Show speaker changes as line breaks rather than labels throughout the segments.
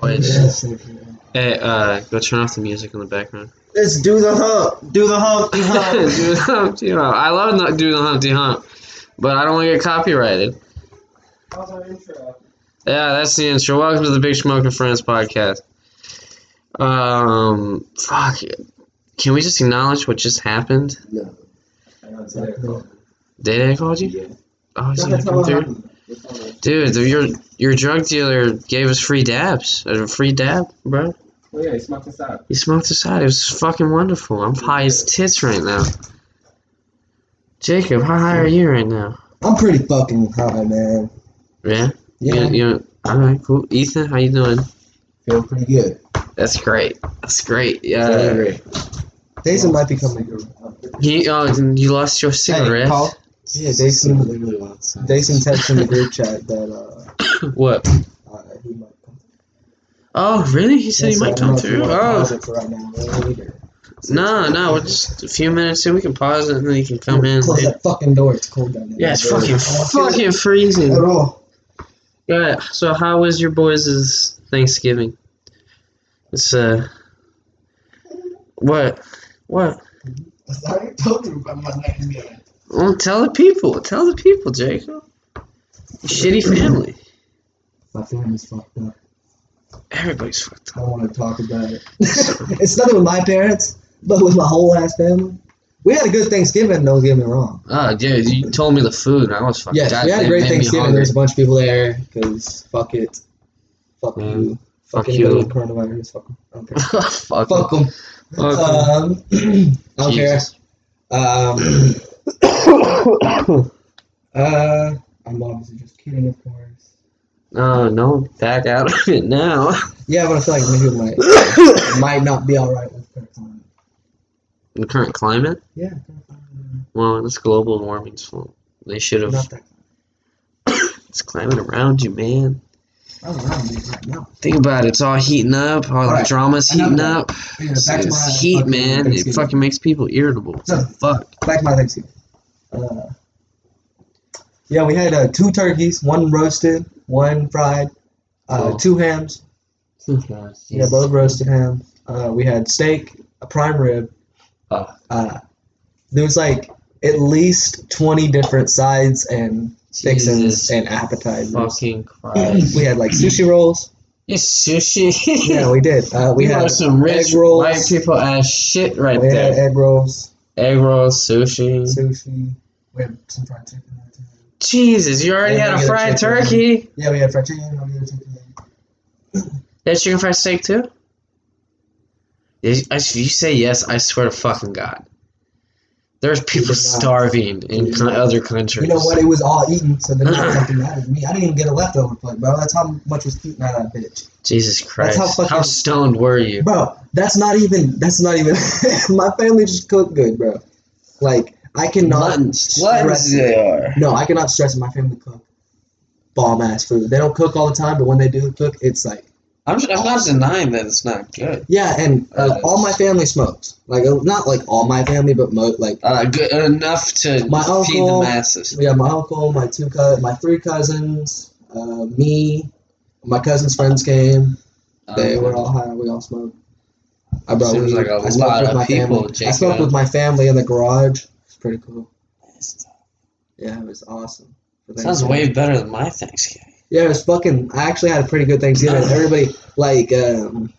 Boys.
Let's
Hey, uh, go turn off the music in the background.
do the hump. Do the hump. Do hump.
do the Humpty Hump. I love not doing the Humpty Hump, but I don't want to get copyrighted. Yeah, that's the intro. Welcome to the Big Smoke and Friends podcast. Um, fuck. Can we just acknowledge what just happened?
no.
Did I call you? Oh, he's gonna come through. Dude, the- your your drug dealer gave us free dabs. A free dab, bro.
Oh yeah, he smoked us out.
He smoked us out. It was fucking wonderful. I'm high as tits right now. Jacob, how high are you right now?
I'm pretty fucking high, man.
Yeah. You-
Yeah,
you- all right, cool. Ethan, how you doing?
feeling pretty good.
That's great. That's great.
Totally
Yeah.
agree.
Daisy might be coming.
You, oh, you lost your cigarette.
Paul? Yeah, Daisy. Daisy texted in the group chat that
what?
uh, uh, he might come.
Oh, really? He said he might come through. Oh,
No,
no, no. We're just a few minutes in. We can pause it and then you can come in.
Close
dude.
that fucking door. It's cold down there.
Yeah, it's
I don't
fucking
feel it
fucking freezing.
At all.
Yeah. So, how was your boys' Thanksgiving? It's uh. What? What?
I already told you I'm not letting you in.
Well, tell the people. Tell the people, Jacob. Shitty family.
My family's fucked up.
Everybody's fucked up.
I don't want to talk about it. it's nothing with my parents, but with my whole ass family. We had a good Thanksgiving, don't get me wrong.
Oh, dude, you told me the food, and I was fucking.
Yes,
God,
we had a
it
great
made me
Thanksgiving.
hungry.
There was a bunch of people there, because fuck it. Fuck
Yeah.
you.
Fuck
Fucking
you.
Coronavirus. Fuck 'em. I don't care.
Fuck.
Fuck them.
Fuck 'em.
Um, I don't care.
Jesus.
Um, uh, I'm obviously just kidding, of course.
No, Uh, no, back out of it now.
Yeah, but I feel like Mihu might might not be all right with current climate.
the current climate.
Yeah, current climate,
Well, it's global warming's fault. They should have.
not that.
It's climate around you, man.
I'm around you right now.
Think about it. It's all heating up. All, the
Alright,
drama's
enough
heating
of that.
up.
Yeah,
It's,
back to
it's
my
heat,
fucking
man. It
Thanksgiving.
fucking makes people irritable. It's
No.
a fuck.
back to my Thanksgiving. Uh, yeah, we had uh, two turkeys, one roasted, one fried, uh,
Cool.
two hams. Yeah, both roasted ham. Uh, we had steak, a prime rib.
Oh.
Uh, there was like at least twenty different sides and fixings
Jesus
and appetizers.
fucking Christ.
We had like sushi rolls.
It's sushi.
Yeah, we did. Uh, we
You are
had
some rich
egg rolls.
white people ass shit right
we had
there.
egg rolls,
Egg rolls, sushi.
sushi. We had some fried chicken. there, too.
Jesus, you already had
Yeah, we
a
had
fried
chicken.
turkey.
Yeah, we had fried chicken. We had chicken.
That chicken fried steak too. If if you say yes, I swear to fucking God. There's
did
people
not.
starving
You
in
did
co-
not.
other countries.
You know what? It was all eaten, so then not fucking mattered to me. I didn't even get a leftover plate, bro. That's how much was eaten out of that bitch,
Jesus Christ!
how
How,
fucking-
stoned were you?
bro. That's not even. That's not even. my family just cooked good, bro. Like I cannot
Nuns.
stress.
they are.
No, I cannot stress. My family cook bomb ass food. They don't cook all the time, but when they do cook, it's like
I'm, I'm not denying that it's not good.
yeah. And uh, all my family smokes. Like uh, not like all my family, but mo- like
Uh, good enough to
My
feed
uncle-
the masses.
We got my uncle, my two cous, my three cousins, uh, me, my cousin's friends came. They
Um,
were all high. We all smoked. I brought
Seems
weed.
like a
I smoked
lot
with
of
my
people,
family. I
Jacob.
smoked with my family in the garage. It's pretty cool. Yeah, it was awesome. For
Sounds
Thanksgiving.
way better than my Thanksgiving.
Yeah, it was fucking. I actually had a pretty good Thanksgiving. Everybody like. um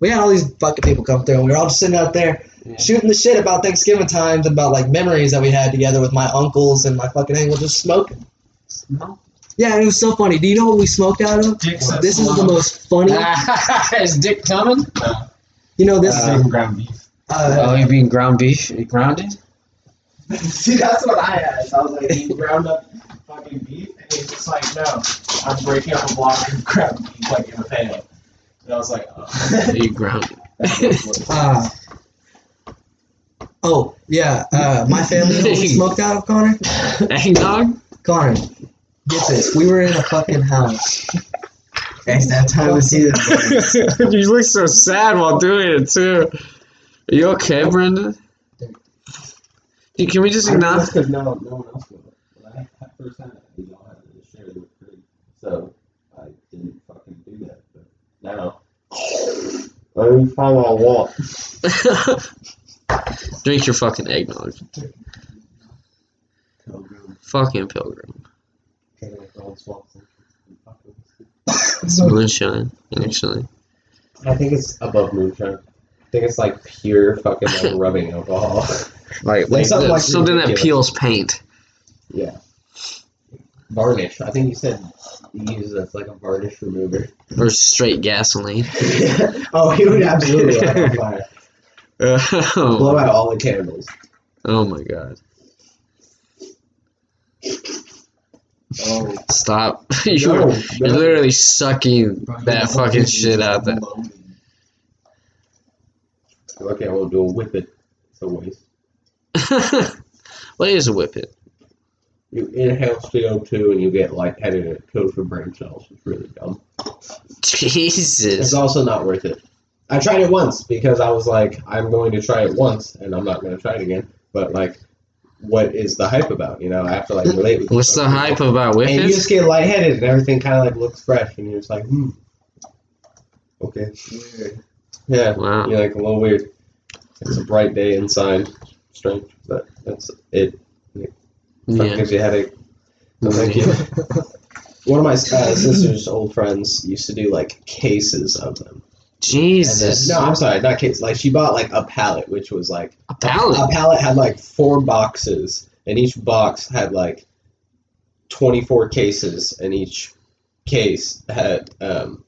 we had all these fucking people come through, and we were all just sitting out there
Yeah.
shooting the shit about Thanksgiving times and about like memories that we had together with my uncles and my fucking uncle just smoking. Yeah, and it was so funny. Do you know what we smoked out of?
Dick sucks
This is the
long.
most funny.
Is Dick coming?
You know this.
Uh,
Uh,
Steak ground beef.
oh, you being ground beef? You grounded?
See, that's what I asked. I was like, you ground up fucking beef, and he's just like, no, I'm breaking up a block of ground beef like in a pan. And I was like, oh.
you grounded?
uh, oh yeah, uh, my family you know what we smoked out of Connor.
Eggnog?
Connor, get this. We were in a fucking house.
It's that
time of season,
you look so sad while doing it, too. Are you okay, Brenda? Hey, Can we just acknowledge?
because no, no one else could. When I had first time, we all had to share the food, so I didn't fucking do that. But now. Every time I walk.
Drink your fucking eggnog. Fucking pilgrim. It's moonshine, actually.
I think it's above moonshine. I think it's like pure fucking like rubbing alcohol.
Like,
Like
something,
something like-
something that peels paint.
yeah. Varnish. I think you said you use it as like a varnish remover.
Or straight gasoline.
oh, he would absolutely light on fire. Blow
oh,
out all the candles.
my god.
Oh,
Stop. you're, you're literally sucking that fucking shit out there.
Okay, I won't do a whip it. It's a waste.
What is a whippet?
You inhale CO2 and you get lightheaded and it kills your brain cells. It's really dumb. It's
Jesus.
also not worth it. I tried it once because I was like, I'm going to try it once and I'm not going to try it again. But like, what is the hype about? You know, I have to like relate with.
What's
these
the
people.
hype about
And you
whippets?
just get lightheaded and everything kind of like looks fresh and you're just like, hmm. Okay. Weird. Yeah.
Wow.
You're like a little weird. It's a bright day inside. Strange, but that's it. Fucking
Yeah.
gives you a headache. So thank you. One of my uh, sister's old friends used to do like cases of them. And then-
Jesus.
no, I'm sorry, not cases. Like she bought like a pallet, which was like
A
a
pallet.
pallet had like four boxes, and each box had like 24 cases, and each case had um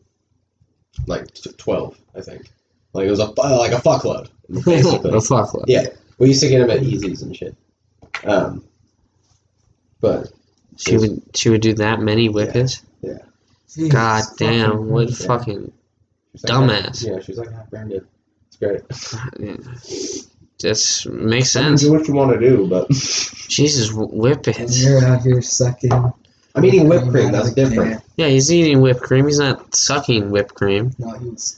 like t- 12, I think. Like it was a fu- like a fuckload. basically.
A fuckload.
Yeah. We used to get them at Easy's and shit. Um, but
She would she would do that many whippets? God damn, what
Christ.
fucking
she's like,
Dumbass.
Yeah, she's like, ah, Brandon, it's great.
That's makes
I mean,
sense.
do what you want to do, but
Jesus wh-
And
whippets.
you're out here sucking.
I'm eating whipped cream. That's different.
Yeah, he's eating whipped cream. He's not sucking whipped cream.
No, he was.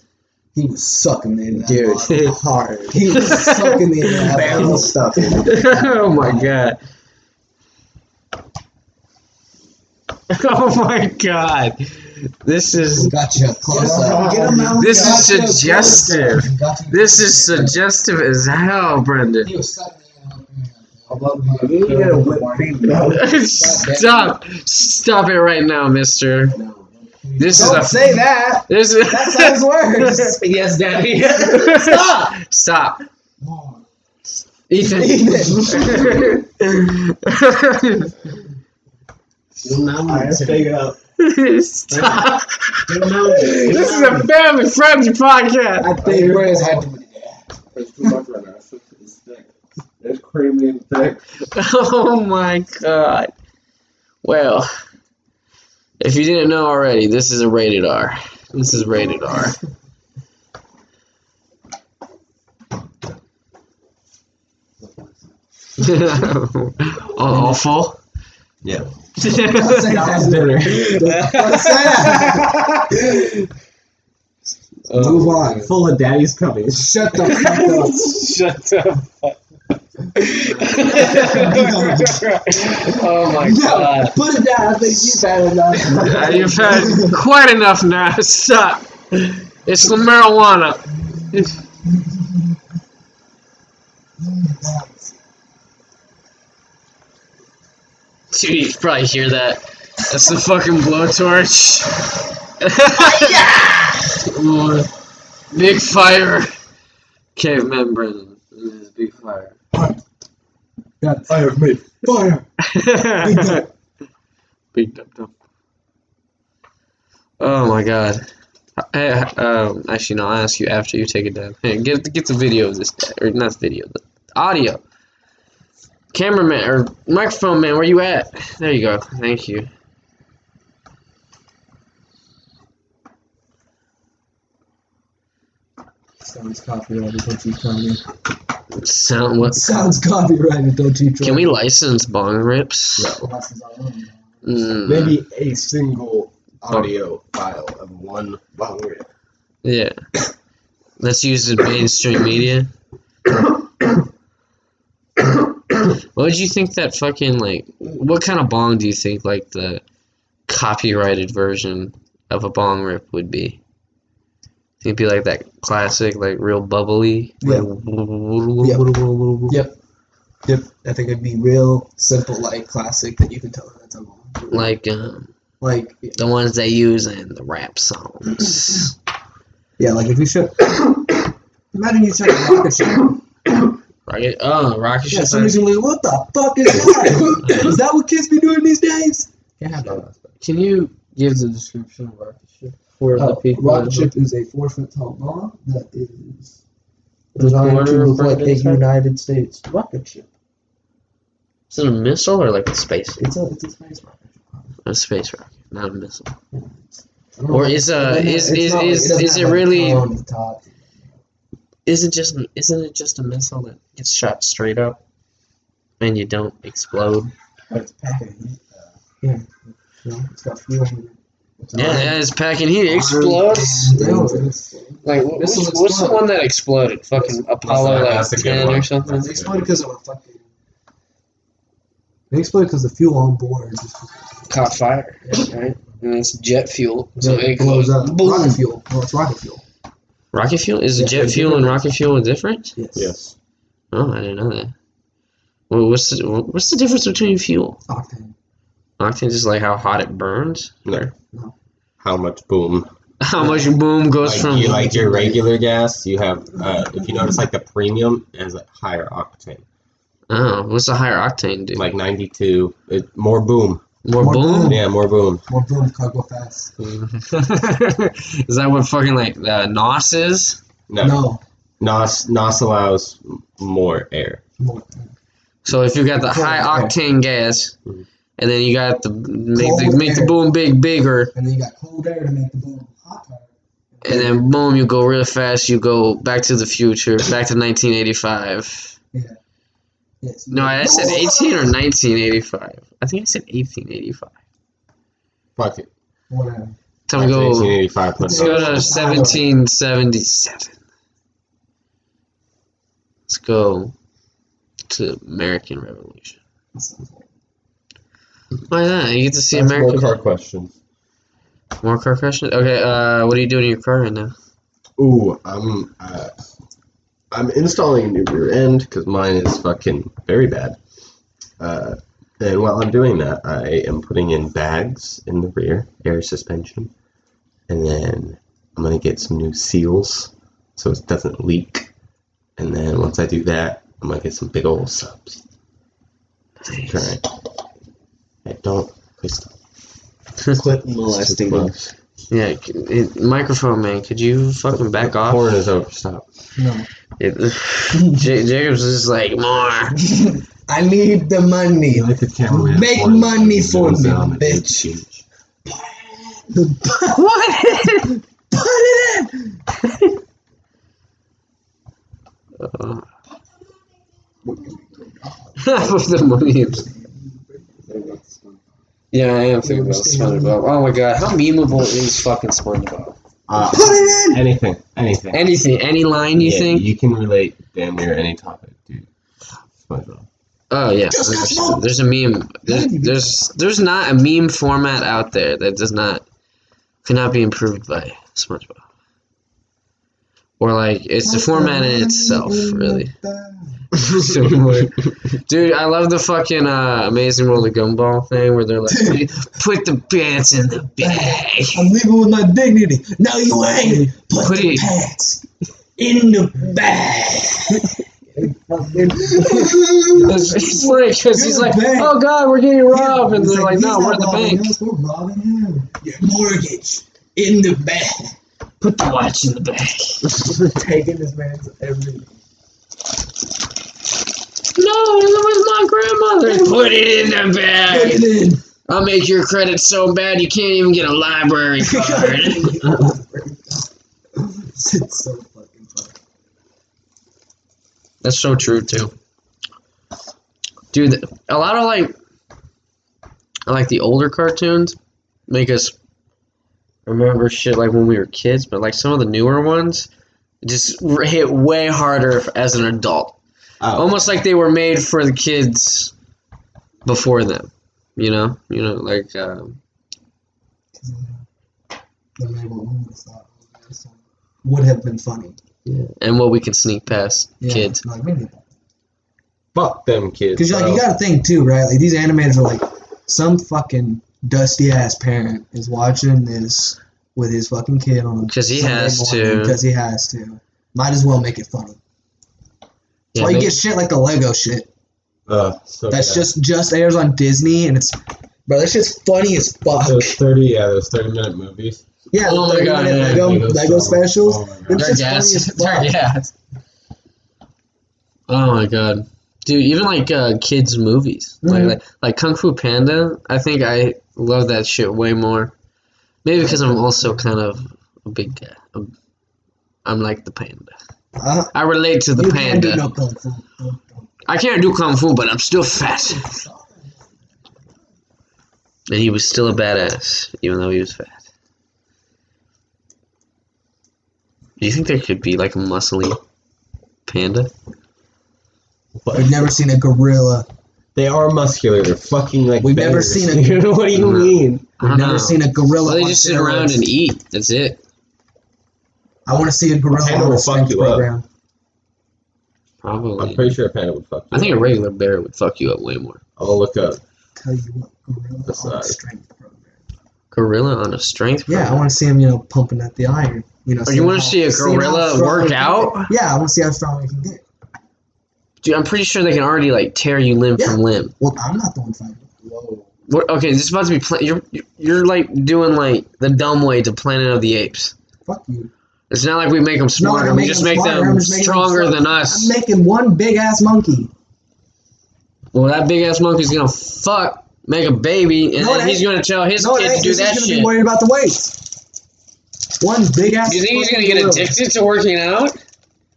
He was sucking in that
Dude.
bottle hard. He was sucking in that
Barrel
bottle.
stuff.
oh my god. Oh my god. This is
Got you close up.
Get
Get
him
him
out.
this is suggestive. This is suggestive as hell, Brendan.
He was sucking in
I love you. You need to get a whipped cream. No.
Stop. Stop it right now, mister. This is
Don't
a
say that.
this
That
is
sounds worse.
yes, Daddy.
Stop. Stop. Ethan.
I have to take it up.
Stop. This is a family friendly podcast.
I think Brez had to.
It's too much right now. It's, it's thick. It's creamy and thick.
Oh my god. Well, if you didn't know already, this is a rated R. This is rated R. Awful.
Yeah.
Don't say that. Don't say that. Uh, Move on.
Full of daddy's cummies.
Shut the fuck up.
Shut up. oh my
No,
god.
put it down. I think you've had enough.
Uh, You've had quite enough now. Stop. It's the marijuana. Dude, you can probably hear that. That's the fucking blowtorch. Lord. Big fire. Caveman Brennan. This is big fire.
God, fire me. Fire. Big dump.
Big dump dump. Oh my god. Hey, um, actually, no, I'll ask you after you take it down. Hey, get get the video of this, guy- or not video, the audio. Cameraman, or microphone man, where you at? There you go. Thank you.
Sounds copyrighted, don't you tell me.
Sound what?
Sounds copyrighted, don't you tell
Can we license bong rips? Mm,
Maybe a single audio file of one bong rip.
Yeah. Let's use the mainstream media. what did you think that fucking like? What kind of bong do you think like the copyrighted version of a bong rip would be? He'd be like that classic, like real bubbly.
Yeah.
Like,
Yep. Yep. I think it'd be real simple, like classic that you can tell that's a like,
like um,
like
the ones they use in the rap songs.
yeah, like if you should imagine you should rocket ship.
Rocket, uh, rocket
Yeah,
ship.
somebody's gonna be like, what the fuck is that? is that what kids be doing these days? Can't have that.
Can you give the description of rocket ship for the
Uh,
people?
rocket ship is a four foot tall bomb that is
The
designed to
corner
look like a
rocket ship?
United States rocket ship.
Is it a missile or like a space?
It's a it's a space rocket ship.
A space rocket, not a missile.
I don't know
Or
if-
is uh is
it's not
is
like-
is,
doesn't
is
have
it
like a
really
tower on the top.
isn't just isn't it just a missile that gets shot straight up and you don't explode?
But it's packing heat. Yeah. You know, it's got fuel in it. It's
Yeah,
armed.
yeah it's packing heat. It
Armed
explodes.
and dangerous.
Like wh- which,
Missiles
what's the
explode.
one that exploded? Fucking Apollo
that's
like
a good
ten
one.
or something.
That's
They exploded because of a fucking. They exploded because the fuel on board just
Caught fire, right? And it's jet fuel, so it
blows up.
Boom.
Rocket fuel. No, it's rocket fuel.
Rocket fuel is
Yeah,
jet
it's
fuel and
different.
rocket fuel different?
Yes.
Yes.
Oh, I didn't know that. Well, what's the, what's the difference between fuel?
Octane.
Octane is like how hot it burns.
No.
No.
How much boom?
How much boom goes
Like,
from
you, like your regular gas, you have. Uh, if you notice, like the premium is a higher octane,
Oh, what's the higher octane do?
like ninety two. It more boom.
more,
more
boom?
boom.
Yeah, more boom.
More boom, can't go fast.
is that what fucking like uh, NOS is?
No,
No.
Nos Nos allows m- more air.
More.
So if you got the
Cool,
high
okay.
octane gas,
Mhm.
and then you got the make the,
Cold
make the
air.
boom big bigger,
And then you got cold air to make the boom hotter.
and then boom you go real fast. You go back to the future, back to 1985.
Yes.
No, I said 18 or 1985. I think I said 1885.
Fuck it.
Whatever.
Time to go.
1885.
Let's go to 1777. Let's go to American Revolution. Why not? You get to see American.
More car questions.
More car crashes? Okay, uh, what are you doing in your car right now?
Ooh, I'm uh, I'm installing a new rear end because mine is fucking very bad. Uh, and while I'm doing that, I am putting in bags in the rear, air suspension, and then I'm gonna get some new seals so it doesn't leak. And then once I do that, I'm gonna get some big old subs. Try. I don't. Please stop.
Quit
It's too close.
Yeah, c- it, microphone man, could you fucking back
The
off?
Porn is over. Stop.
No.
It, J- Jacob's is like more.
I need the money. Make money for me, bitch. The
What?
Put it in.
Uh, Put the money in. Yeah, I am thinking about SpongeBob. Oh my god, how memeable is fucking SpongeBob?
Uh,
Put it in.
anything. Anything.
Anything, any line you
Yeah,
think?
You can relate damn near any topic, dude. SpongeBob.
Oh yeah,
Just got
there's,
smoked.
there's a meme. There's, there's there's not a meme format out there that does not cannot be improved by SpongeBob. Or like it's the format in itself, really. So, like, Dude, I love the fucking uh, Amazing World of Gumball thing where they're like, put the pants in the bag.
I'm leaving with my dignity. No, you ain't. Put,
Put
the
it-
pants in the bag.
It's, it's like, 'cause he's like, oh god, we're getting robbed, and
He's
they're like, no,
"He's
we're
not
at the
robbing
bank.
us, We're robbing him. Your mortgage in the bag.
Put the watch in the bag.
We're taking this man's everything.
No, it was my grandmother. Put it in the
Put
bag.
it in.
I'll make your credit so bad you can't even get a library card.
it's so fucking funny.
That's so true too. Dude, th- a lot of like, I like the older cartoons make us remember shit like when we were kids, but like some of the newer ones just r- hit way harder f- as an adult.
Oh,
Almost like they were made for the kids before them. You know, you know, like. Um,
The label, I'm gonna stop. would have been funny.
Yeah. And what we can sneak past
Yeah,
kids.
Like, we knew that.
Fuck them kids.
Because like,
bro.
you got to think too, right? Like these animators are like some fucking dusty ass parent is watching this with his fucking kid on
'Cause he
Sunday
has
morning
to.
Because he has to. Might as well make it funny.
Yeah,
That's why you
make-
get shit like the Lego shit.
Ugh, so
That's
bad.
just just airs on Disney, and it's bro, that shit's funny as fuck.
Those thirty, yeah, those thirty-minute movies.
Yeah,
Oh my
the
God,
minute
yeah,
Lego,
Those
Lego
songs.
specials.
Oh my God.
Them
They're
shit's
gas.
funny
They're
as fuck.
gas. Oh my god, dude! Even like uh, kids' movies, like,
Mhm.
like like Kung Fu Panda. I think I love that shit way more. Maybe because I'm also kind of a big guy. I'm, I'm like the panda.
Uh,
I relate to the
you can't
panda.
do no kung fu. Kung fu.
I can't do kung fu, but I'm still fat. And he was still a badass, even though he was fat. Do you think there could be like a muscly panda?
We've never seen a gorilla.
They are muscular. They're fucking like.
We've never
bears,
seen a-
dude. what do you
No.
mean?
I
We've
don't
never
know.
seen a gorilla.
Well, they
on
just sit around
steroids.
and eat. That's it.
I want to see a gorilla
Panda
on
will
a
fuck
strength
you up.
program.
Probably.
I'm pretty sure a panda would fuck. You.
I think a regular bear would fuck you up way more.
I'll look up.
Tell you what, gorilla
That's
on a
right.
strength program.
Gorilla on a strength.
Yeah, I
program.
want to see him, you know, pumping at the iron. You know,
Oh, you
seeing
wanna
how-
see a
seeing how
gorilla
strong
work
he can
out?
get. Yeah, I want to see how strong he can get.
Dude, I'm pretty sure they can already like tear you limb
Yeah.
from limb.
Well, I'm not the one fighting.
Whoa.
What, okay, this is about to be. Pla- you're you're- you're like doing like the dumb way to Planet of the Apes.
Fuck you.
It's not like we make them smarter.
I'm
we
making
just
them
make
smarter,
them
I'm just making them
stronger
smarter.
than
I'm
us.
making one big ass monkey.
well, that big ass monkey's gonna fuck, make a baby, and
No, it
then he's
ain't.
gonna tell his
No, it
kid to
ain't.
do
He's
that
just gonna be
shit.
worried about the weights. One big ass.
You think he's gonna
fucking
get
gorilla.
addicted to working out?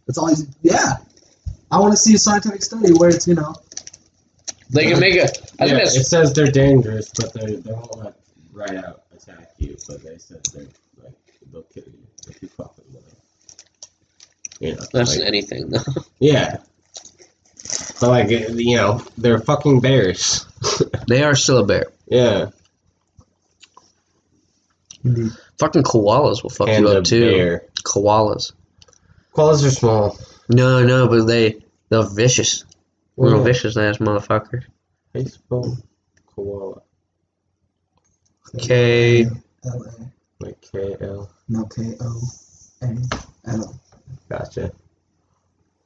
That's all he's. Yeah. I want to see a scientific study where it's you know.
They can make a. I
yeah,
think
it
that's.
says they're dangerous, but they they won't like right out attack you. But they said they're like they'll kill you if you fuck with them. You know,
That's
like-
anything though.
yeah. But like you know, they're fucking bears.
They are still a bear.
yeah,
Fucking koalas will fuck you
panda
up too.
bear.
Koalas.
Koalas are small.
No, no, but they they're vicious. Little
Yeah.
vicious ass motherfuckers.
Baseball koala,
Okay.
L A.
like K L.
No K O E. A L.
Gotcha.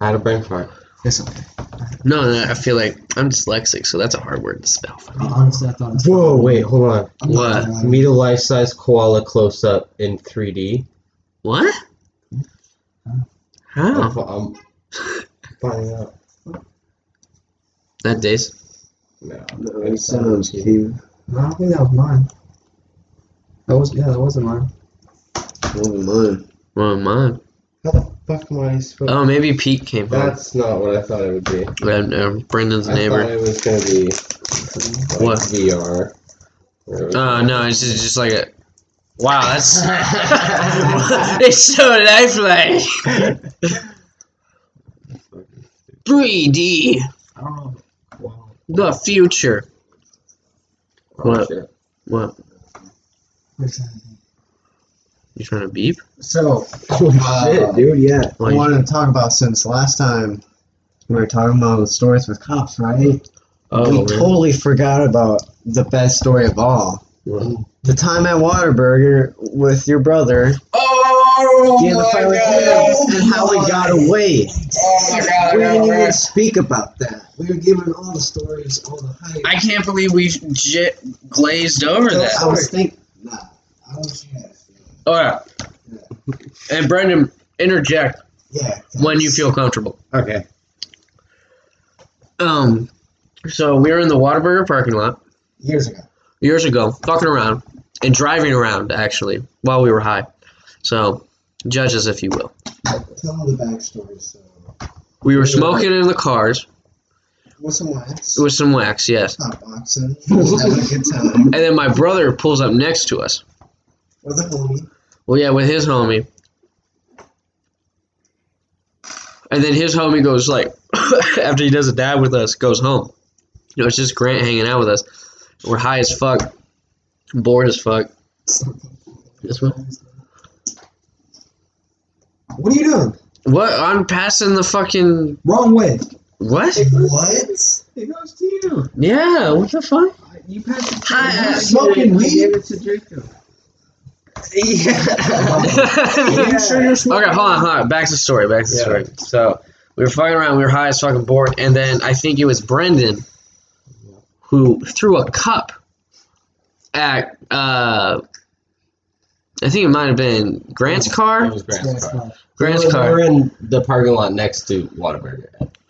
I had a brain fart.
It's okay.
No, no, I feel like I'm dyslexic, so that's a hard word to spell for me.
Honestly, I thought. It was
Whoa, Uh, wait, hold on.
I'm not
What?
gonna lie.
Meet a life-size koala close up in 3D.
What?
I'm,
How?
I'm finding out.
That days.
No,
It sounds cute. No, I don't think that was mine. That was yeah, that wasn't mine.
Well, mine.
How the fuck am I supposed?
Oh, maybe Pete came home.
That's not what I thought it would be.
And, uh, Brendan's
I thought
neighbor.
it was gonna be like,
What?
VR. Or-
Oh no, it's just, just like a. Wow, that's. it's so lifelike. 3D,
I don't know. Oh, Wow.
the future.
Oh,
What?
shit.
What? You trying to beep?
So,
Holy shit, dude! Yeah.
I wanted to talk about since last time we were talking about the stories with cops, right? we
oh, really?
totally forgot about the best story of all. The time at Waterburger with your brother.
oh
getting the fight with him and how we got away.
Oh my god!
we didn't even speak about that. We were giving all the stories, all the hype.
I can't believe we j- glazed over that.
I was thinking, nah, I was, yeah.
All right. And Brendan, interject
yeah
when you feel comfortable.
Okay.
Um, so we were in the Waterburger parking lot
Years ago.
years ago, fucking around and driving around actually while we were high. So judge us if you will.
Tell them the backstory. So,
We were smoking in the cars
with some wax,
with some wax, yes.
stop boxing, having a good time
And then my brother pulls up next to us.
with a homie.
Well, yeah, with his homie. And then his homie goes like, after he does a dab with us, goes home. You know, it's just Grant hanging out with us. We're high as fuck, bored as fuck. This one.
What are you doing?
What? I'm passing the fucking
Wrong way.
what?
What?
It goes to you.
Yeah. What the fuck?
You passed it.
Hi,
to me.
uh,
smoking
You
weed?
Gave it to Draco.
Yeah.
okay, hold on, hold on. Back to the story. Back to the
Yeah.
story. So we were fucking around. We were high as fucking bored, and then I think it was Brendan who threw a cup at. uh I think it might have been Grant's
That
car.
was Grant's car.
Grant's
We
car.
were in the parking lot next to Whataburger.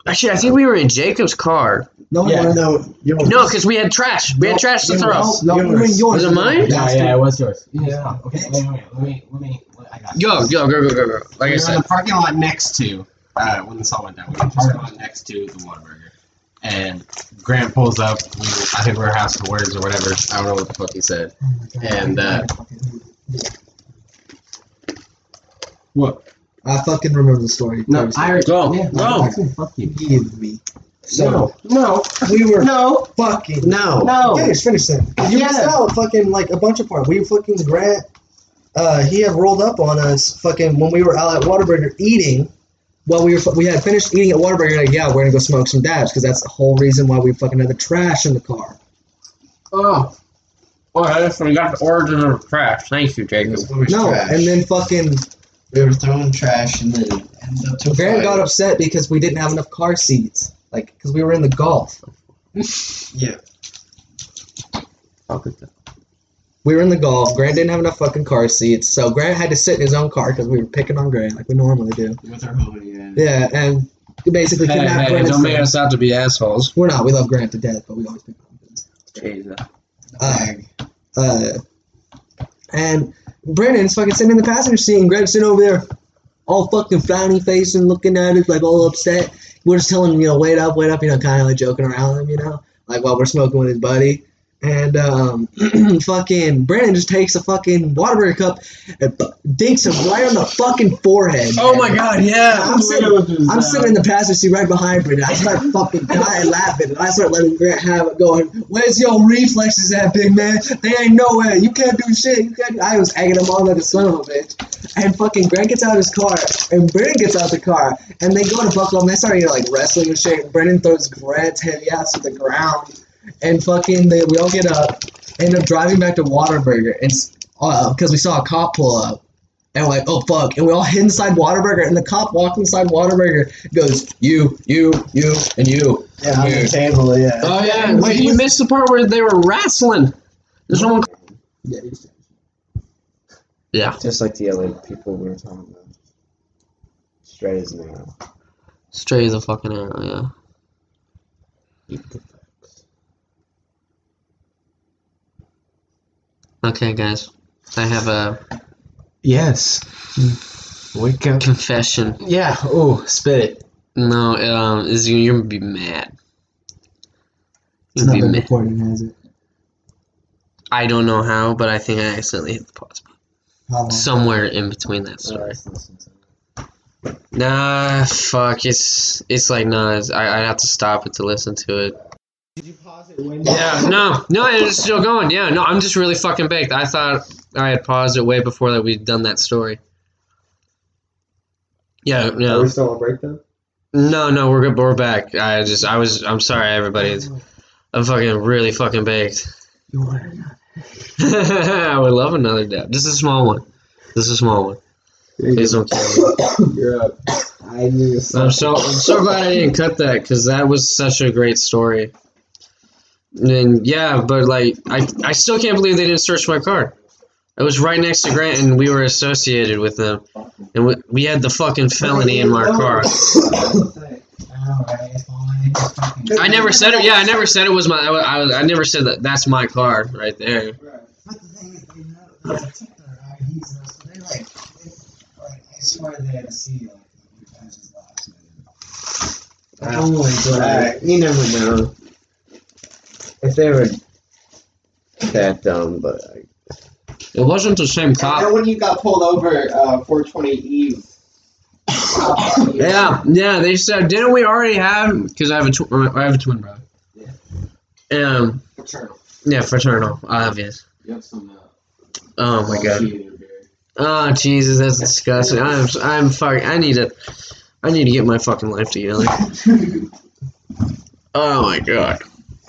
Actually, I think we were in Jacob's car.
No,
Yeah.
no, no. Yours.
No, because we had trash. We had trash to throw.
No, you were in
Was
yours.
it mine?
Yeah, yeah, it was yours.
Yeah.
Okay, wait, wait, let me, let me, I got
Go, go, go, go, go, go. Like I
we were in
said,
the parking lot next to, uh, when this all went down, we were in the parking lot next to the Whataburger. And Grant pulls up, we, I think we were House of Words or whatever, I don't know what the fuck he said. And, uh,
I fucking remember the story.
no, I,
Go,
yeah,
go.
I can fuck you.
Give me. So
No, no,
we were
no,
fucking.
No.
no.
Yeah, it's finish then. You
Yeah.
missed out fucking like a bunch of parts. We fucking Grant, uh, he had rolled up on us fucking when we were out at Waterburger eating. Well, we were fu- we had finished eating at Waterburger. Like, yeah, we're gonna go smoke some dabs because that's the whole reason why we fucking had the trash in the car.
Oh. Well, I just forgot the origin of the trash. Thank you, Jacob.
No, and then fucking
we were throwing trash and then ended up to a
Grant
fight.
got upset because we didn't have enough car seats, like because we were in the golf. We were in the golf. Grant didn't have enough fucking car seats, so Grant had to sit in his own car because we were picking on Grant like we normally do.
With our homie,
Yeah, and basically
Hey,
kidnapped
hey,
Grant's
don't make
friend.
us out to be assholes.
We're not. We love Grant to death, but we always pick on him.
Jesus.
Uh, uh, and Brennan's fucking sitting in the passenger seat, and Greg's sitting over there, all fucking frowny face and looking at us like all upset. We're just telling him, you know, wait up, wait up, you know, kind of like joking around him, you know, like while we're smoking with his buddy. And um, fucking Brennan just takes a fucking Waterbury cup and fu- dinks him right on the fucking forehead.
Oh my
man.
god, yeah!
I'm sitting I'm sitting in the passenger seat right behind Brendan. I start fucking dying laughing, and I start letting Grant have it going. Where's your reflexes at, big man? They ain't nowhere. You can't do shit. You can't. Do-. I was egging him on like a son of a bitch. And fucking Grant gets out of his car, and Brendan gets out the car, and they go to buckle up, and they start you know, like wrestling and shit. And Brendan throws Grant's heavy ass to the ground, and fucking they we all get up, end up driving back to Waterburger, and because we saw a cop pull up. And we're like, oh fuck. And we all hid inside Waterburger, and the cop walked inside Waterburger, goes, you, you, you, and you.
Yeah, on the table, yeah.
Oh yeah, wait, you missed the part where they were wrestling. There's no one.
Yeah, you said-
Yeah.
Just like the LA people we were talking about. Straight as an arrow.
Straight as a fucking arrow, yeah. Okay, guys. I have a
Yes. Wake up.
confession.
Yeah, oh, spit it.
No, um, is you, you're gonna be mad.
It's
You're
not
gonna be
been
mad.
recording, has it?
I don't know how, but I think I accidentally hit the pause button.
How long?
Somewhere in between that story. Nah, fuck. It's it's like nah. It's, I I have to stop it to listen to it.
Did you pause it when
Yeah, no, no, it's still going. Yeah, no, I'm just really fucking baked. I thought I had paused it way before that we'd done that story. Yeah,
Are
no,
we still on break though?
no, no, we're good. We're back. I just, I was, I'm sorry, everybody. I'm fucking really fucking baked.
You want another?
I would love another dab. Just a small one. Just a small one. Please don't kill me.
You're up. I knew this.
I'm so I'm so glad I didn't cut that because that was such a great story. And yeah, but like I I still can't believe they didn't search my car. I was right next to Grant, and we were associated with them, and we, we had the fucking felony in our car.
Alright, fine. Fucking
I never said it. Yeah, I never said it was my. I, wa- I, was- I never said that. That's my car right there.
But the thing is, they know they took their IDs and so they like, they, like I swear they had to see like your guys' last name.
Oh
Holy crap. You never know. If they were that dumb, but I
It wasn't the same cop.
when you got pulled over, uh, 420 Eve.
Yeah, yeah. They said, didn't we already have? Because I have a tw- I have a twin brother. Yeah. Um.
Fraternal.
Yeah, fraternal. Obvious.
You have some. Uh,
Oh my god. Oh Jesus, that's disgusting. I'm I'm fuck. I need to, I need to get my fucking life together. Oh my god.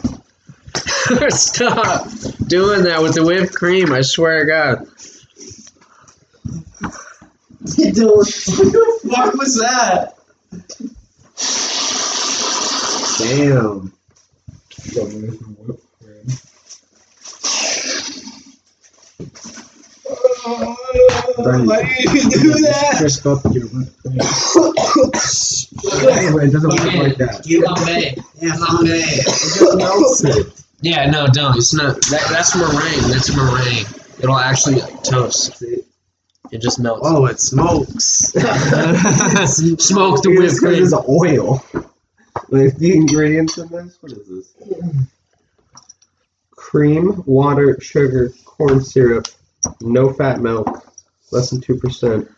Stop doing that with the whipped cream. I swear to God.
what the fuck was that?
Damn.
Oh, why did you do that?
Crisp up your whipped cream.
Anyway, it doesn't work
Okay.
like that.
Yeah, no, don't. It's not. That, that's meringue. That's meringue. It'll actually like toast. It just melts.
Oh, it smokes.
Smoke the whipped cream.
Oh. This is oil. Like the ingredients in this. What is this? Cream, water, sugar, corn syrup, no fat milk, less than two percent.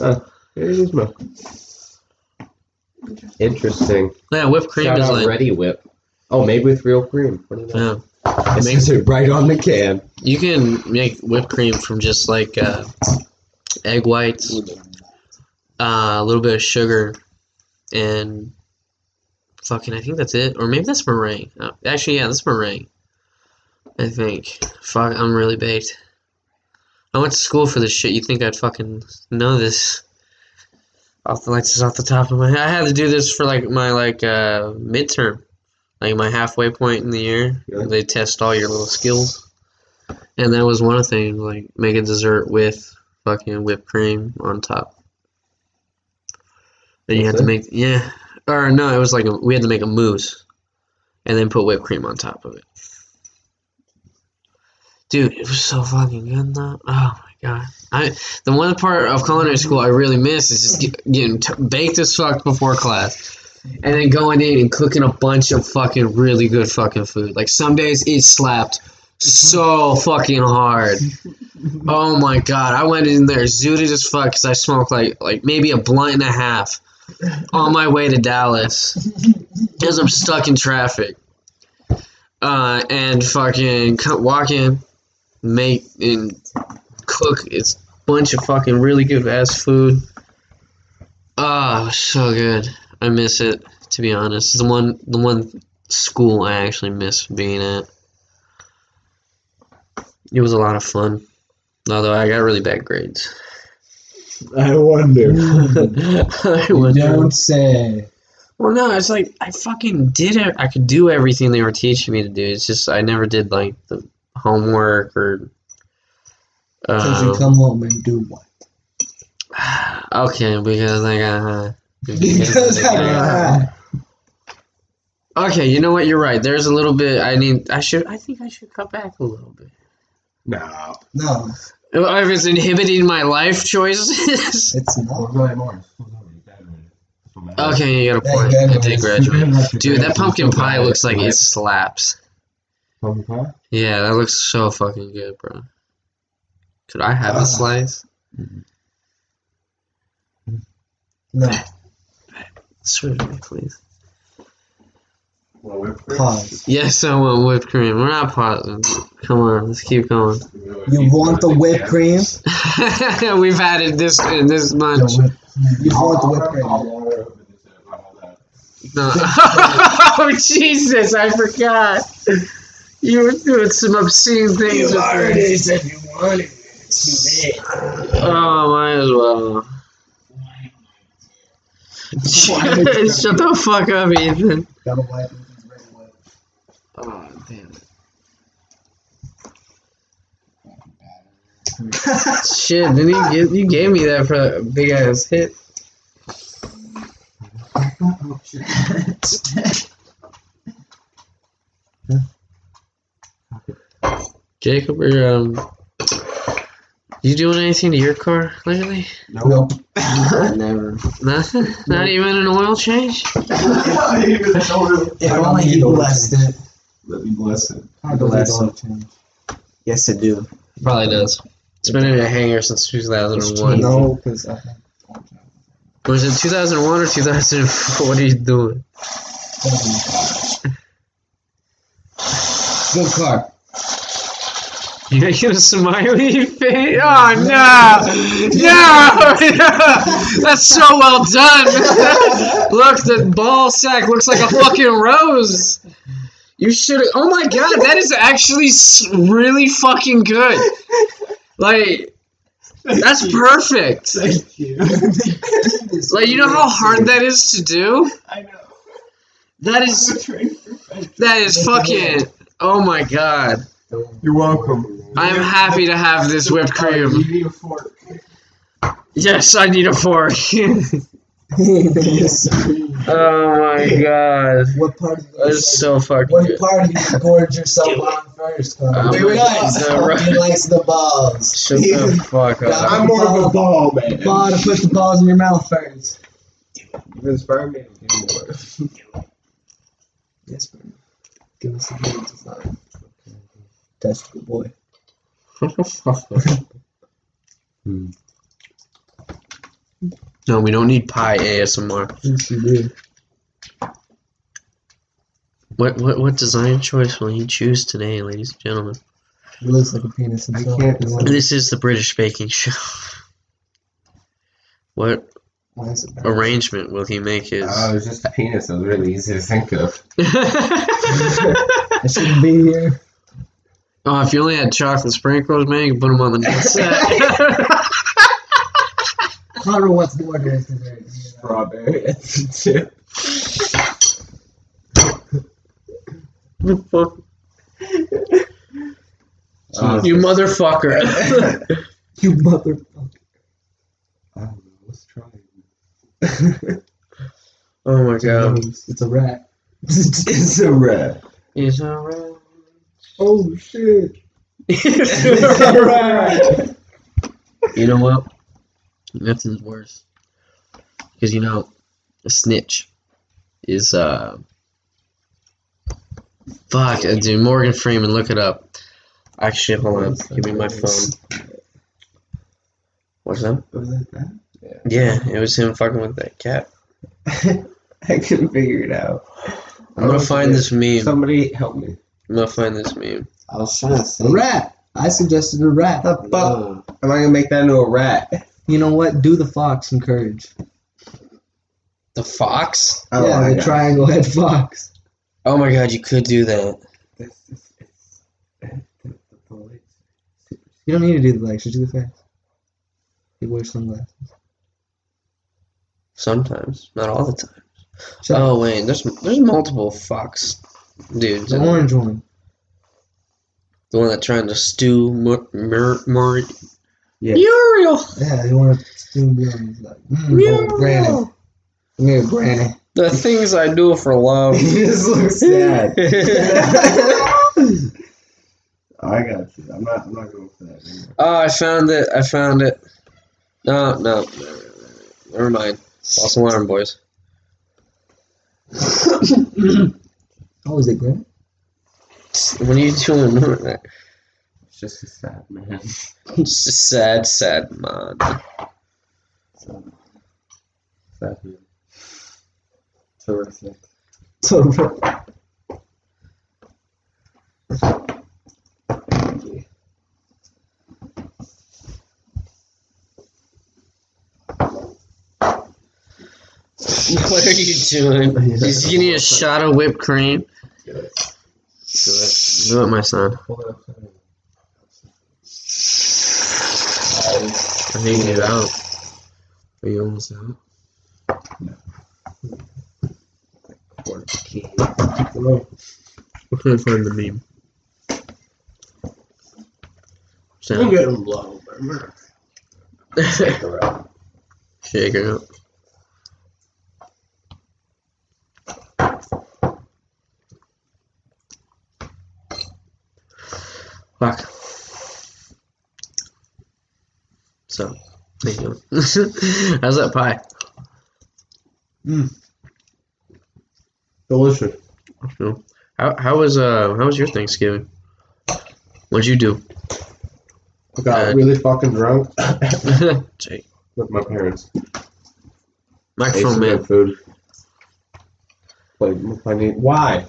Ah, it is milk. Interesting.
Yeah, whipped cream
Shout
is
out
like.
Ready Whip.
Oh, made with real cream. What do you know?
Yeah.
It makes it right on the can.
You can make whipped cream from just like uh, egg whites, uh, a little bit of sugar, and fucking I think that's it. Or maybe that's meringue. Oh, actually, yeah, that's meringue. I think. Fuck, I'm really baked. I went to school for this shit. You think I'd fucking know this? Off the lights is off the top of my head. I had to do this for like my like uh, midterm, like my halfway point in the year.
Yeah.
They test all your little skills. And that was one of the things, like make a dessert with fucking whipped cream on top. Then you had
That's
to
it?
make yeah, or no, it was like a, we had to make a mousse, and then put whipped cream on top of it. Dude, it was so fucking good though. Oh my god, I the one part of culinary school I really miss is just get, getting t- baked as fuck before class. And then going in and cooking a bunch of fucking really good fucking food. Like some days it slapped so fucking hard. Oh my god, I went in there zooted as fuck because I smoked like like maybe a blunt and a half on my way to Dallas because I'm stuck in traffic. Uh, and fucking co- walk in, make and cook. It's bunch of fucking really good ass food. Ah, it was so good. I miss it to be honest. It's the one the one school I actually miss being at. It was a lot of fun. Although I got really bad grades.
I wonder.
I went
Don't say.
Well, no, it's like I fucking did it. I could do everything they were teaching me to do. It's just I never did like the homework or.
Because you
Uh,
come home and do what?
okay, because I got. Uh,
Because I uh, got
Okay, you know what? You're right. There's a little bit. I need. I should. I think I should cut back a little bit.
No.
No,
If it's inhibiting my life choices.
it's not.
okay, you got a
Hey,
point. I did
graduates.
graduate. Dude, that pumpkin pie looks like it slaps.
Pumpkin pie?
Yeah, that looks so fucking good, bro. Could I have
Ah.
a slice?
No,
Serve me, please.
Well, we're
pause.
Yes, I want whipped cream. We're not pausing. Come on, let's keep going.
You want the whipped cream?
We've added this and this
The
much.
whipped You want the whipped cream?
cream.
No. oh Jesus, I forgot. You were doing some obscene things with this.
said you wanted it. It's too late.
Oh, might as well. Shut the fuck up, Ethan.
Gotta wipe it with red wine.
Oh, damn. Shit, didn't you give, you gave me that for a big ass hit. Jacob, or um, you doing anything to your car lately?
Nope.
Never.
Nothing? Not even an oil change?
If
I
only
don't
he
need oil
blessed
change.
it.
Let me bless it.
I don't need
Bless
oil change.
Yes, I do.
Probably does. It's been in a hangar since 2001.
No, because I have oil change.
Was it 2001 or 2004? What are you doing?
Good car.
You making a smiley face? Oh no! No! That's so well done! Look, the ball sack looks like a fucking rose. You should. Oh my god, that is actually s- really fucking good. Like, that's perfect.
Thank you.
Like, you know how hard that is to do?
I know.
That is. That is fucking. Oh my god.
You're welcome.
I'm happy to have this whipped cream.
You need a fork.
Yes, I need a fork.
Yes.
oh my god.
What part of
That is so fucking
What
good.
part of you gorge yourself on first?
Um,
Connor?
Do it. Uh,
He likes the balls.
Shut the fuck up.
I'm more of a ball man.
Ball to put the balls in your mouth first.
You've inspired me to do more.
Yes, bro. Give us a good design. That's a good boy.
Hmm. No, we don't need pie ASMR.
Yes, you do.
What what what design choice will you choose today, ladies and gentlemen?
He looks like a penis himself.
can't
He's like,
This is the British Baking Show. What
why is it bad?
arrangement will he make his?
Oh, it was just a penis. It was really easy to think of.
I shouldn't be here.
oh, if you only had chocolate sprinkles, man, you could put them on the next set.
Connor wants more dance today.
Strawberry. Uh,
you motherfucker.
You motherfucker.
I don't know. Let's try it.
oh my god.
It's a rat.
Um, It's a rat.
Is that right?
oh shit.
You know what? Nothing's worse. Because, you know, a snitch is, uh. Fuck, uh, dude. Morgan Freeman, look it up. Actually, hold on. Give me my phone. What's that?
Was that that?
Yeah, it was him fucking with that cat.
I couldn't figure it out.
I'm gonna find this meme. I'm
Somebody help me.
gonna find this meme.
I was trying to
A
think. Uh,
rat. I suggested a rat.
The fuck? Am I gonna make that into a rat?
You know what? Do the fox and courage.
The fox?
Oh
yeah,
my
the
God.
triangle head fox.
Oh my god, you could do that.
This is it's. The bullets.
You don't need to do the legs, just do the facts. You wear sunglasses.
Sometimes, not all the time.
Shut
oh wait, there's there's multiple fox dudes.
The
in there.
orange one.
The one that trying to stew Mur- Mur- Mur-
Yeah.
Muriel.
Yeah, the one that's doing the orange. Like, mm,
Muriel.
old granny. Come here, granny.
The things I do for love.
this looks sad.
That's
I got you. I'm not. I'm not going for that anymore.
oh, I found it. I found it. No, no, no, no, no. never mind. False alarm, boys.
Oh, is it granny?
What are you doing?
It's just a sad man.
It's a sad, sad man.
Sad man. Terrific.
So, right.
What are you doing? Is you need a shot of whipped cream?
Do it.
Do it. Do it, my son.
Pull it up.
I think it out. Are you almost out? We're gonna find the meme.
We'll
Sound.
get him low, but we're not gonna go around.
Shake it up. Fuck. So, there you go. How's that pie?
Delicious.
No. How how was uh how was your Thanksgiving? What'd you do?
I got
Uh,
really fucking drunk
Jake.
with my parents. Ate
Microphone
some
man.
good food. Played, played. Why?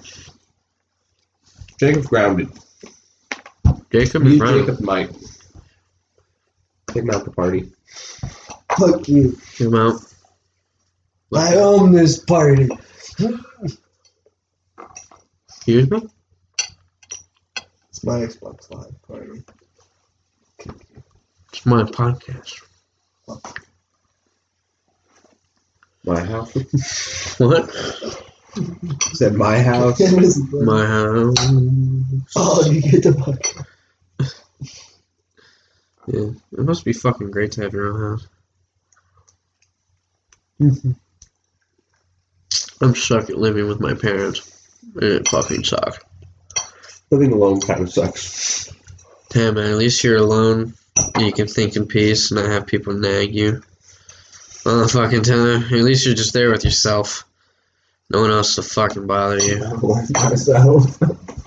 Jacob's grounded.
Jacob
Me,
and Brian.
Jacob, Mike. Take him out the party.
Fuck you.
Come out.
I own this party.
Excuse me?
It's my Xbox Live party.
It's my podcast.
My house.
What?
Said my house.
It is the-
My house.
oh, you get the fuck.
Yeah. It must be fucking great to have your own house. Mm-hmm. I'm stuck at living with my parents. and It fucking sucks.
Living alone kind of sucks.
Damn, man, at least you're alone. and You can think in peace and not have people nag you. On the fucking tether. At least you're just there with yourself. No one else to fucking bother you.
Myself.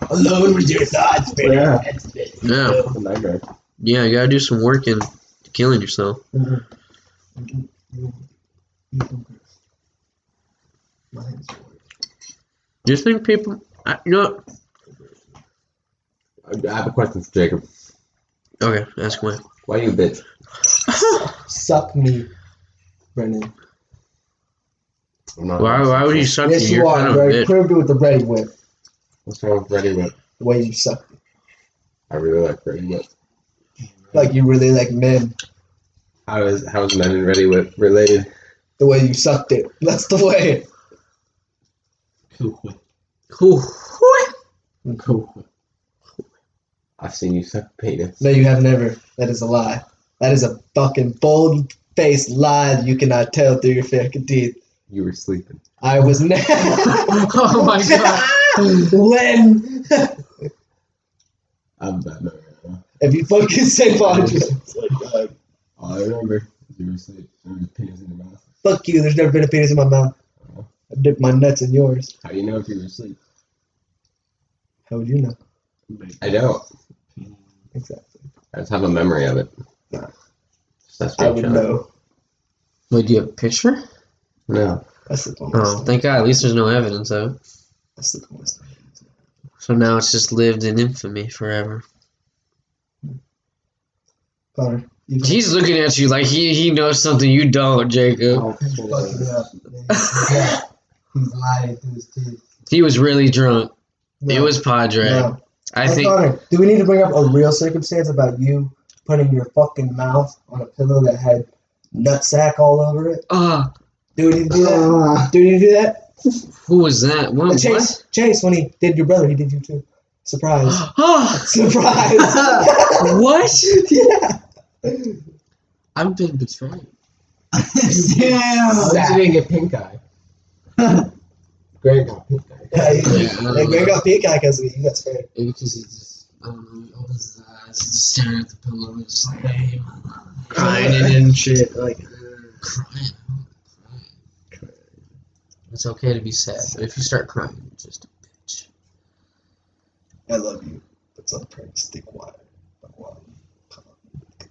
Alone with your thoughts, baby.
Yeah.
That's it.
No.
A nightmare.
Yeah, you gotta do some work in killing yourself. Do you think people? I, you know, what?
I I have a question for Jacob.
okay, ask away.
Why you a bitch?
Suck me, Brennan.
I'm not.
Why? Why would you suck
yes,
me?
you
You're kind
are,
of a
bro. You
bitch.
proved it with the Red Whip.
What's wrong with Ready Whip?
The way you sucked it.
I really like Ready Whip.
Like you really like men.
How is how is men and Ready Whip related?
The way you sucked it. That's the way.
Cool.
I've seen you suck penis.
No, you have never. That is a lie. That is a fucking bold faced lie that you cannot tell through your fucking teeth.
You were sleeping.
I was never.
oh my god.
when?
I'm bad. no, no, no.
If you fucking say Bonjour,
All I remember is you were asleep. There was penis in your mouth.
fuck you, there's never been a penis in my mouth. I dipped my nuts in yours.
How do you know if you were asleep?
How would you know?
I don't.
Exactly.
I just have a memory of it.
No.
Just that's
I would know.
Wait, do you have a picture?
No.
I sleep on my
Oh,
stomach.
thank God. At least there's no evidence of it.
I sleep on my stomach.
So now it's just lived in infamy forever.
Connor, you
He's looking at you like he, he knows something you don't, Jacob.
fucking up. man. He's lying through his teeth.
He was really drunk.
No,
It was Padre.
no.
I
Hey,
think.
Connor, do we need to bring up a real circumstance about you putting your fucking mouth on a pillow that had nutsack all over it?
Ah,
Do we need to do that? Do we need to do that?
who was that? What?
Chase, Chase, when he did your brother, he did you too. Surprise.
what? Ah,
Surprise.
what?
yeah.
I've been betrayed.
Damn.
you didn't get pink eye. Great. Pink eye.
Yeah, you,
Yeah, I don't
like,
know.
Greg got pink eye because you got scared.
Maybe because he just, I don't know, he opens his eyes, he's just staring at the pillow, and just like, hey, my mama," crying and then
shit. Like,
crying. I don't cry. It's okay to be sad, but if you start crying, you're just a bitch.
I love you. That's on prank. Stick wire. Like, wow.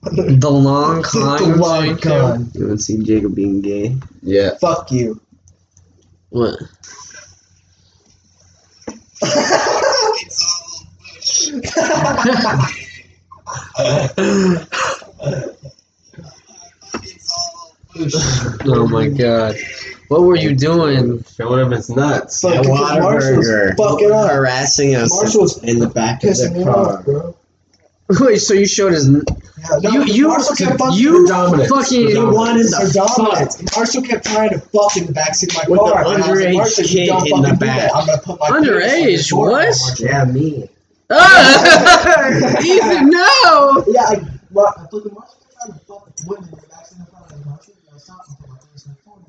The long
Stick to long con.
You haven't seen Jacob being gay.
Yeah.
Fuck you.
What? Oh my god. What were you doing?
Showing him his nuts.
Fuck you, 'cause Marshall's fucking up.
Harassing us
Marshall's
in the back of
pissing
the
me
car.
off, bro.
Wait, so you showed his. n-
Yeah, no,
You- you-
Marshall kept fucking
you
Dominant.
fucking
He
Dominant.
wanted the dominance. Marshall kept trying to fuck in the backseat of my
With
car.
the
and I was like,
underage
Marshall, you
kid
don't
in
fucking
the
do
back.
that. I'm gonna put my
Underage?
penis on your door,
What?
Marshall.
Yeah, me.
Ah! Ethan, no!
Yeah, I, well,
I fucking watched him trying to fuck women in the back seat of the car. and I was sitting there stopping for my face in the corner.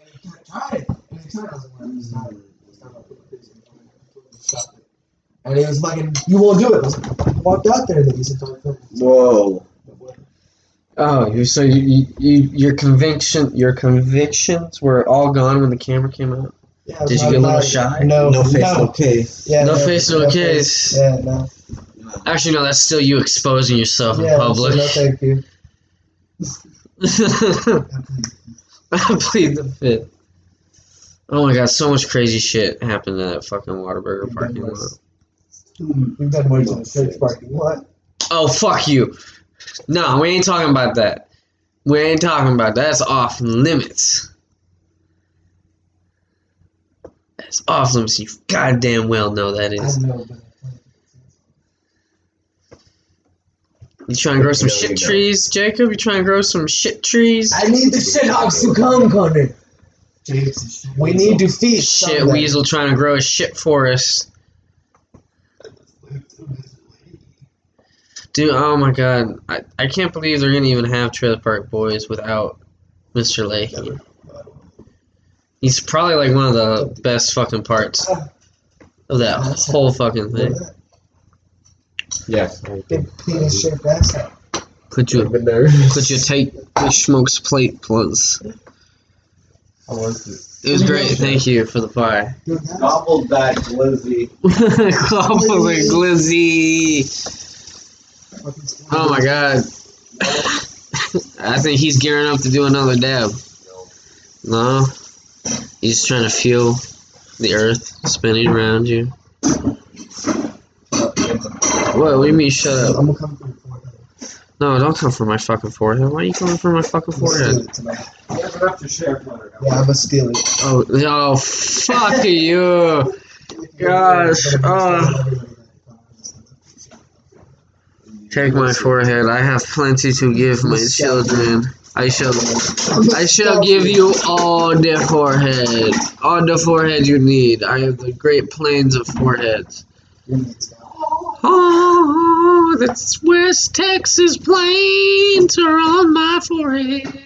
And he kept trying. And he turned. I was like, well, it's not- it's not about putting my face in the corner. Stop it.
and he was fucking, you won't do it. I was like, I walked out there and then he said, don't fuck me.
Whoa.
Oh, you so you, you, you your conviction your convictions were all gone when the camera came out.
Yeah, it was
Did you
my
get a little
body.
shy?
No,
No face,
no.
okay.
Yeah,
No face, no
face.
case.
Yeah, no.
Actually, no, that's still you exposing yourself
Yeah,
in
so
public.
no, thank you.
I plead the fifth. Oh my god, so much crazy shit happened in that fucking Waterburger parking lot.
You've done worse in the church parking lot.
Oh fuck you. No, we ain't talking about that. We ain't talking about that. That's off limits. That's off limits. You goddamn well know that is.
I know, but
You trying to grow some shit trees, Jacob? You trying to grow some shit trees?
I need the shithawks to come, Connor.
James is shit.
We need to feed
Shit
something.
weasel trying to grow a shit forest. Dude, oh my god. I, I can't believe they're gonna even have Trailer Park Boys without Mr. Leahy. He's probably like one of the best fucking parts of that whole fucking thing.
Yeah.
Big penis shaped ass out.
Could you could you take the smoke's plate, please? It was great, thank you for the pie.
Gobbled back, Lizzie.
Gobble with glizzy. Oh my god. I think he's gearing up to do another dab. No. He's trying to feel the earth spinning around you. What, what do you mean shut up?
I'm gonna come from the forehead.
No, don't come for my fucking forehead. Why are you coming for my fucking
I'm gonna
forehead?
steal it tonight.
You have enough to share, Connor.
Yeah, I'm gonna steal it.
Oh, oh fuck you. Gosh, uh. Take my forehead. I have plenty to give my children. I shall I shall give you all the forehead. All the forehead you need. I have the great plains of foreheads. Oh, that's West Texas plains are on my forehead.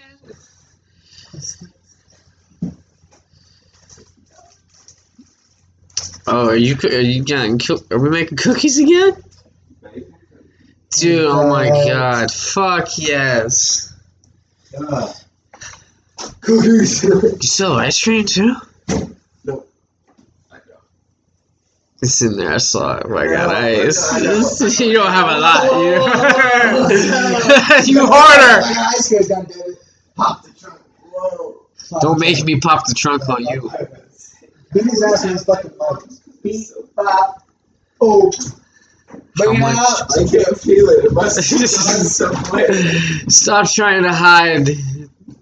Oh, are you are you getting coo- are we making cookies again? Dude, oh my
Yes.
god. Fuck yes.
Yeah.
Cookies.
You sell ice cream too?
No.
It's in there. I saw it. Oh my god,
No,
ice.
I know.
you don't have a lot.
Oh.
You, you harder.
I got ice cream, goddammit.
Pop the trunk.
Whoa. Fuck.
Don't make me pop the trunk on you.
Beat his ass in his fucking mouth. Beat, bop, oh. Bring it
much?
up.
I can't feel it. It must be gone somewhere.
Stop trying to hide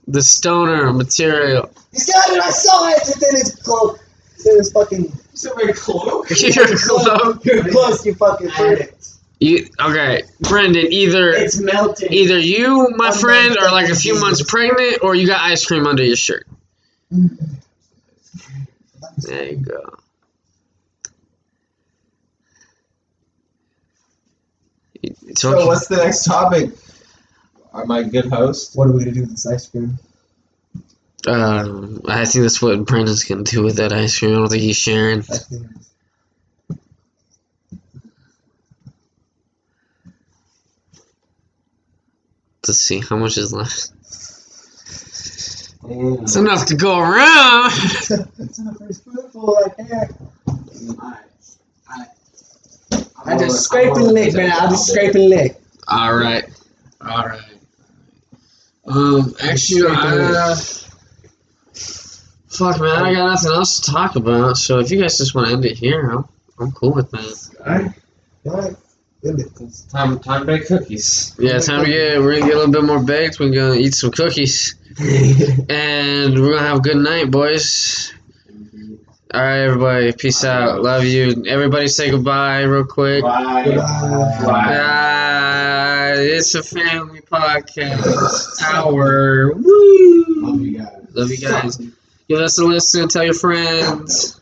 the stoner material.
He's got it. I saw it. It's in his cloak. It's in his fucking.
Is it my cloak?
Your cloak.
Your clothes, you fucking bird.
You, okay, Brendan. Either
It's melting.
either you, my
I'm
friend,
not
are like a few
Jesus.
months pregnant, or you got ice cream under your shirt. There you go. It's
So,
okay.
what's the next topic? Am I a good host?
What are we gonna do with this ice cream?
Um, I think that's what Brendan's gonna do with that ice cream. I don't think he's sharing.
I think.
Let's see how much is left. It's enough to go around.
It's not very spoonful right there. I just scrape and lick, man. I'll just scrape and lick.
All right. All right. Um, actually, uh, fuck, man, I got nothing else to talk about. So if you guys just want to end it here, I'm, I'm cool with that.
Alright. End it, 'cause-
Time, time to make cookies.
Yeah, time to get. We're gonna get a little bit more baked. We're gonna eat some cookies, and we're gonna have a good night, boys. All right, everybody. Peace out. Love you. Everybody, say goodbye real quick.
Why?
Bye. It's a family podcast hour. Woo!
Love you guys.
Love you guys. Give us a listen. Tell your friends.